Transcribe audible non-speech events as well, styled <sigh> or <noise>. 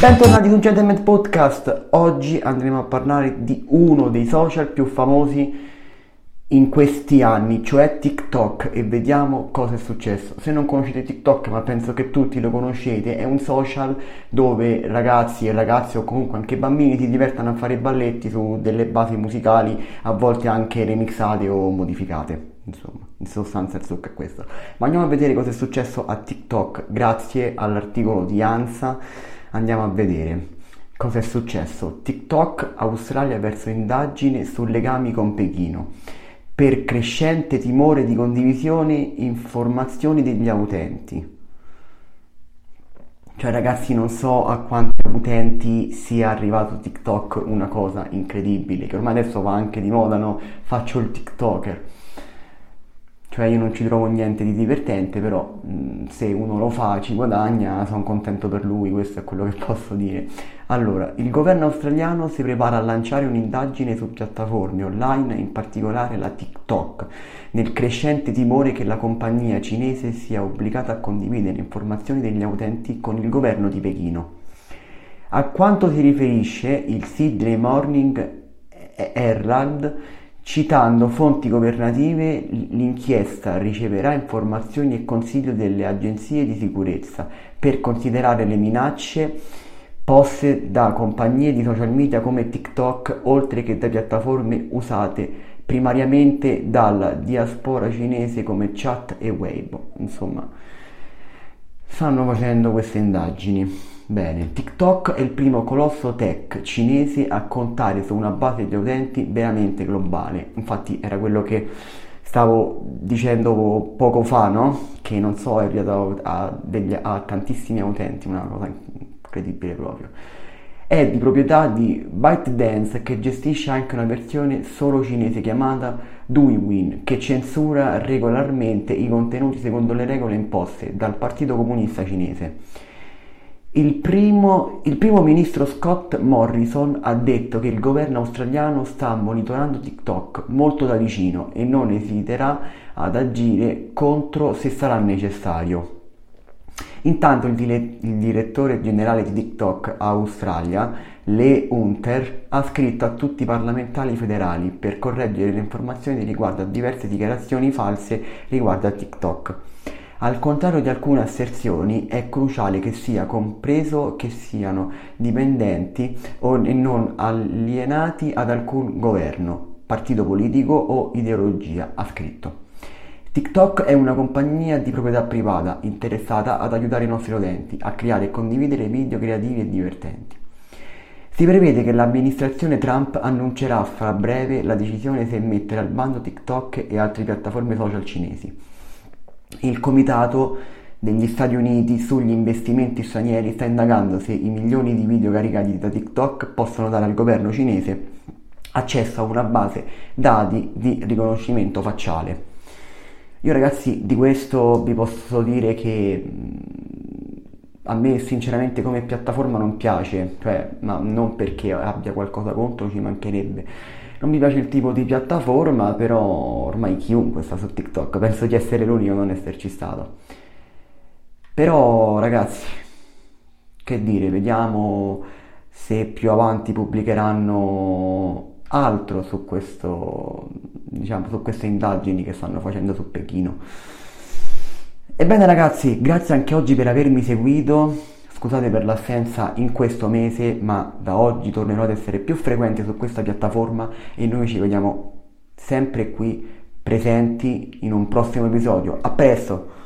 Bentornati su Gentleman Podcast, oggi andremo a parlare di uno dei social più famosi in questi anni, cioè TikTok e vediamo cosa è successo. Se non conoscete TikTok, ma penso che tutti lo conoscete, è un social dove ragazzi e ragazze o comunque anche bambini si divertono a fare balletti su delle basi musicali, a volte anche remixate o modificate. Insomma, in sostanza il succo è questo. Ma andiamo a vedere cosa è successo a TikTok grazie all'articolo di Ansa. Andiamo a vedere. Cosa è successo? TikTok Australia verso indagine su legami con Pechino. Per crescente timore di condivisione informazioni degli utenti. Cioè ragazzi non so a quanti utenti sia arrivato TikTok una cosa incredibile, che ormai adesso va anche di moda, no? Faccio il TikToker. Cioè io non ci trovo niente di divertente, però mh, se uno lo fa, ci guadagna, sono contento per lui, questo è quello che <laughs> posso dire. Allora, il governo australiano si prepara a lanciare un'indagine su piattaforme online, in particolare la TikTok, nel crescente timore che la compagnia cinese sia obbligata a condividere informazioni degli utenti con il governo di Pechino. A quanto si riferisce il Sydney Morning Herald, citando fonti governative, l'inchiesta riceverà informazioni e consiglio delle agenzie di sicurezza per considerare le minacce poste da compagnie di social media come TikTok, oltre che da piattaforme usate primariamente dalla diaspora cinese come Chat e Weibo. Insomma, stanno facendo queste indagini. Bene, TikTok è il primo colosso tech cinese a contare su una base di utenti veramente globale. Infatti era quello che stavo dicendo poco fa, no? Che non so, è arrivato a, degli- a tantissimi utenti, una cosa incredibile proprio. È di proprietà di ByteDance che gestisce anche una versione solo cinese chiamata Douyin che censura regolarmente i contenuti secondo le regole imposte dal Partito Comunista Cinese. Il primo, il primo ministro Scott Morrison ha detto che il governo australiano sta monitorando TikTok molto da vicino e non esiterà ad agire contro se sarà necessario. Intanto il, dile- il direttore generale di TikTok Australia, Lee Hunter, ha scritto a tutti i parlamentari federali per correggere le informazioni riguardo a diverse dichiarazioni false riguardo a TikTok. Al contrario di alcune asserzioni, è cruciale che sia compreso che siano dipendenti o e non alienati ad alcun governo, partito politico o ideologia, ha scritto. TikTok è una compagnia di proprietà privata interessata ad aiutare i nostri utenti a creare e condividere video creativi e divertenti. Si prevede che l'amministrazione Trump annuncerà fra breve la decisione se mettere al bando TikTok e altre piattaforme social cinesi. Il Comitato degli Stati Uniti sugli investimenti stranieri sta indagando se i milioni di video caricati da TikTok possono dare al governo cinese accesso a una base dati di riconoscimento facciale. Io ragazzi di questo vi posso dire che mh, a me sinceramente come piattaforma non piace, cioè, ma non perché abbia qualcosa contro, ci mancherebbe. Non mi piace il tipo di piattaforma, però ormai chiunque sta su TikTok, penso di essere l'unico a non esserci stato. Però ragazzi, che dire, vediamo se più avanti pubblicheranno altro su questo, diciamo, su queste indagini che stanno facendo su Pechino. Ebbene ragazzi, grazie anche oggi per avermi seguito. Scusate per l'assenza in questo mese, ma da oggi tornerò ad essere più frequente su questa piattaforma e noi ci vediamo sempre qui presenti in un prossimo episodio. A presto!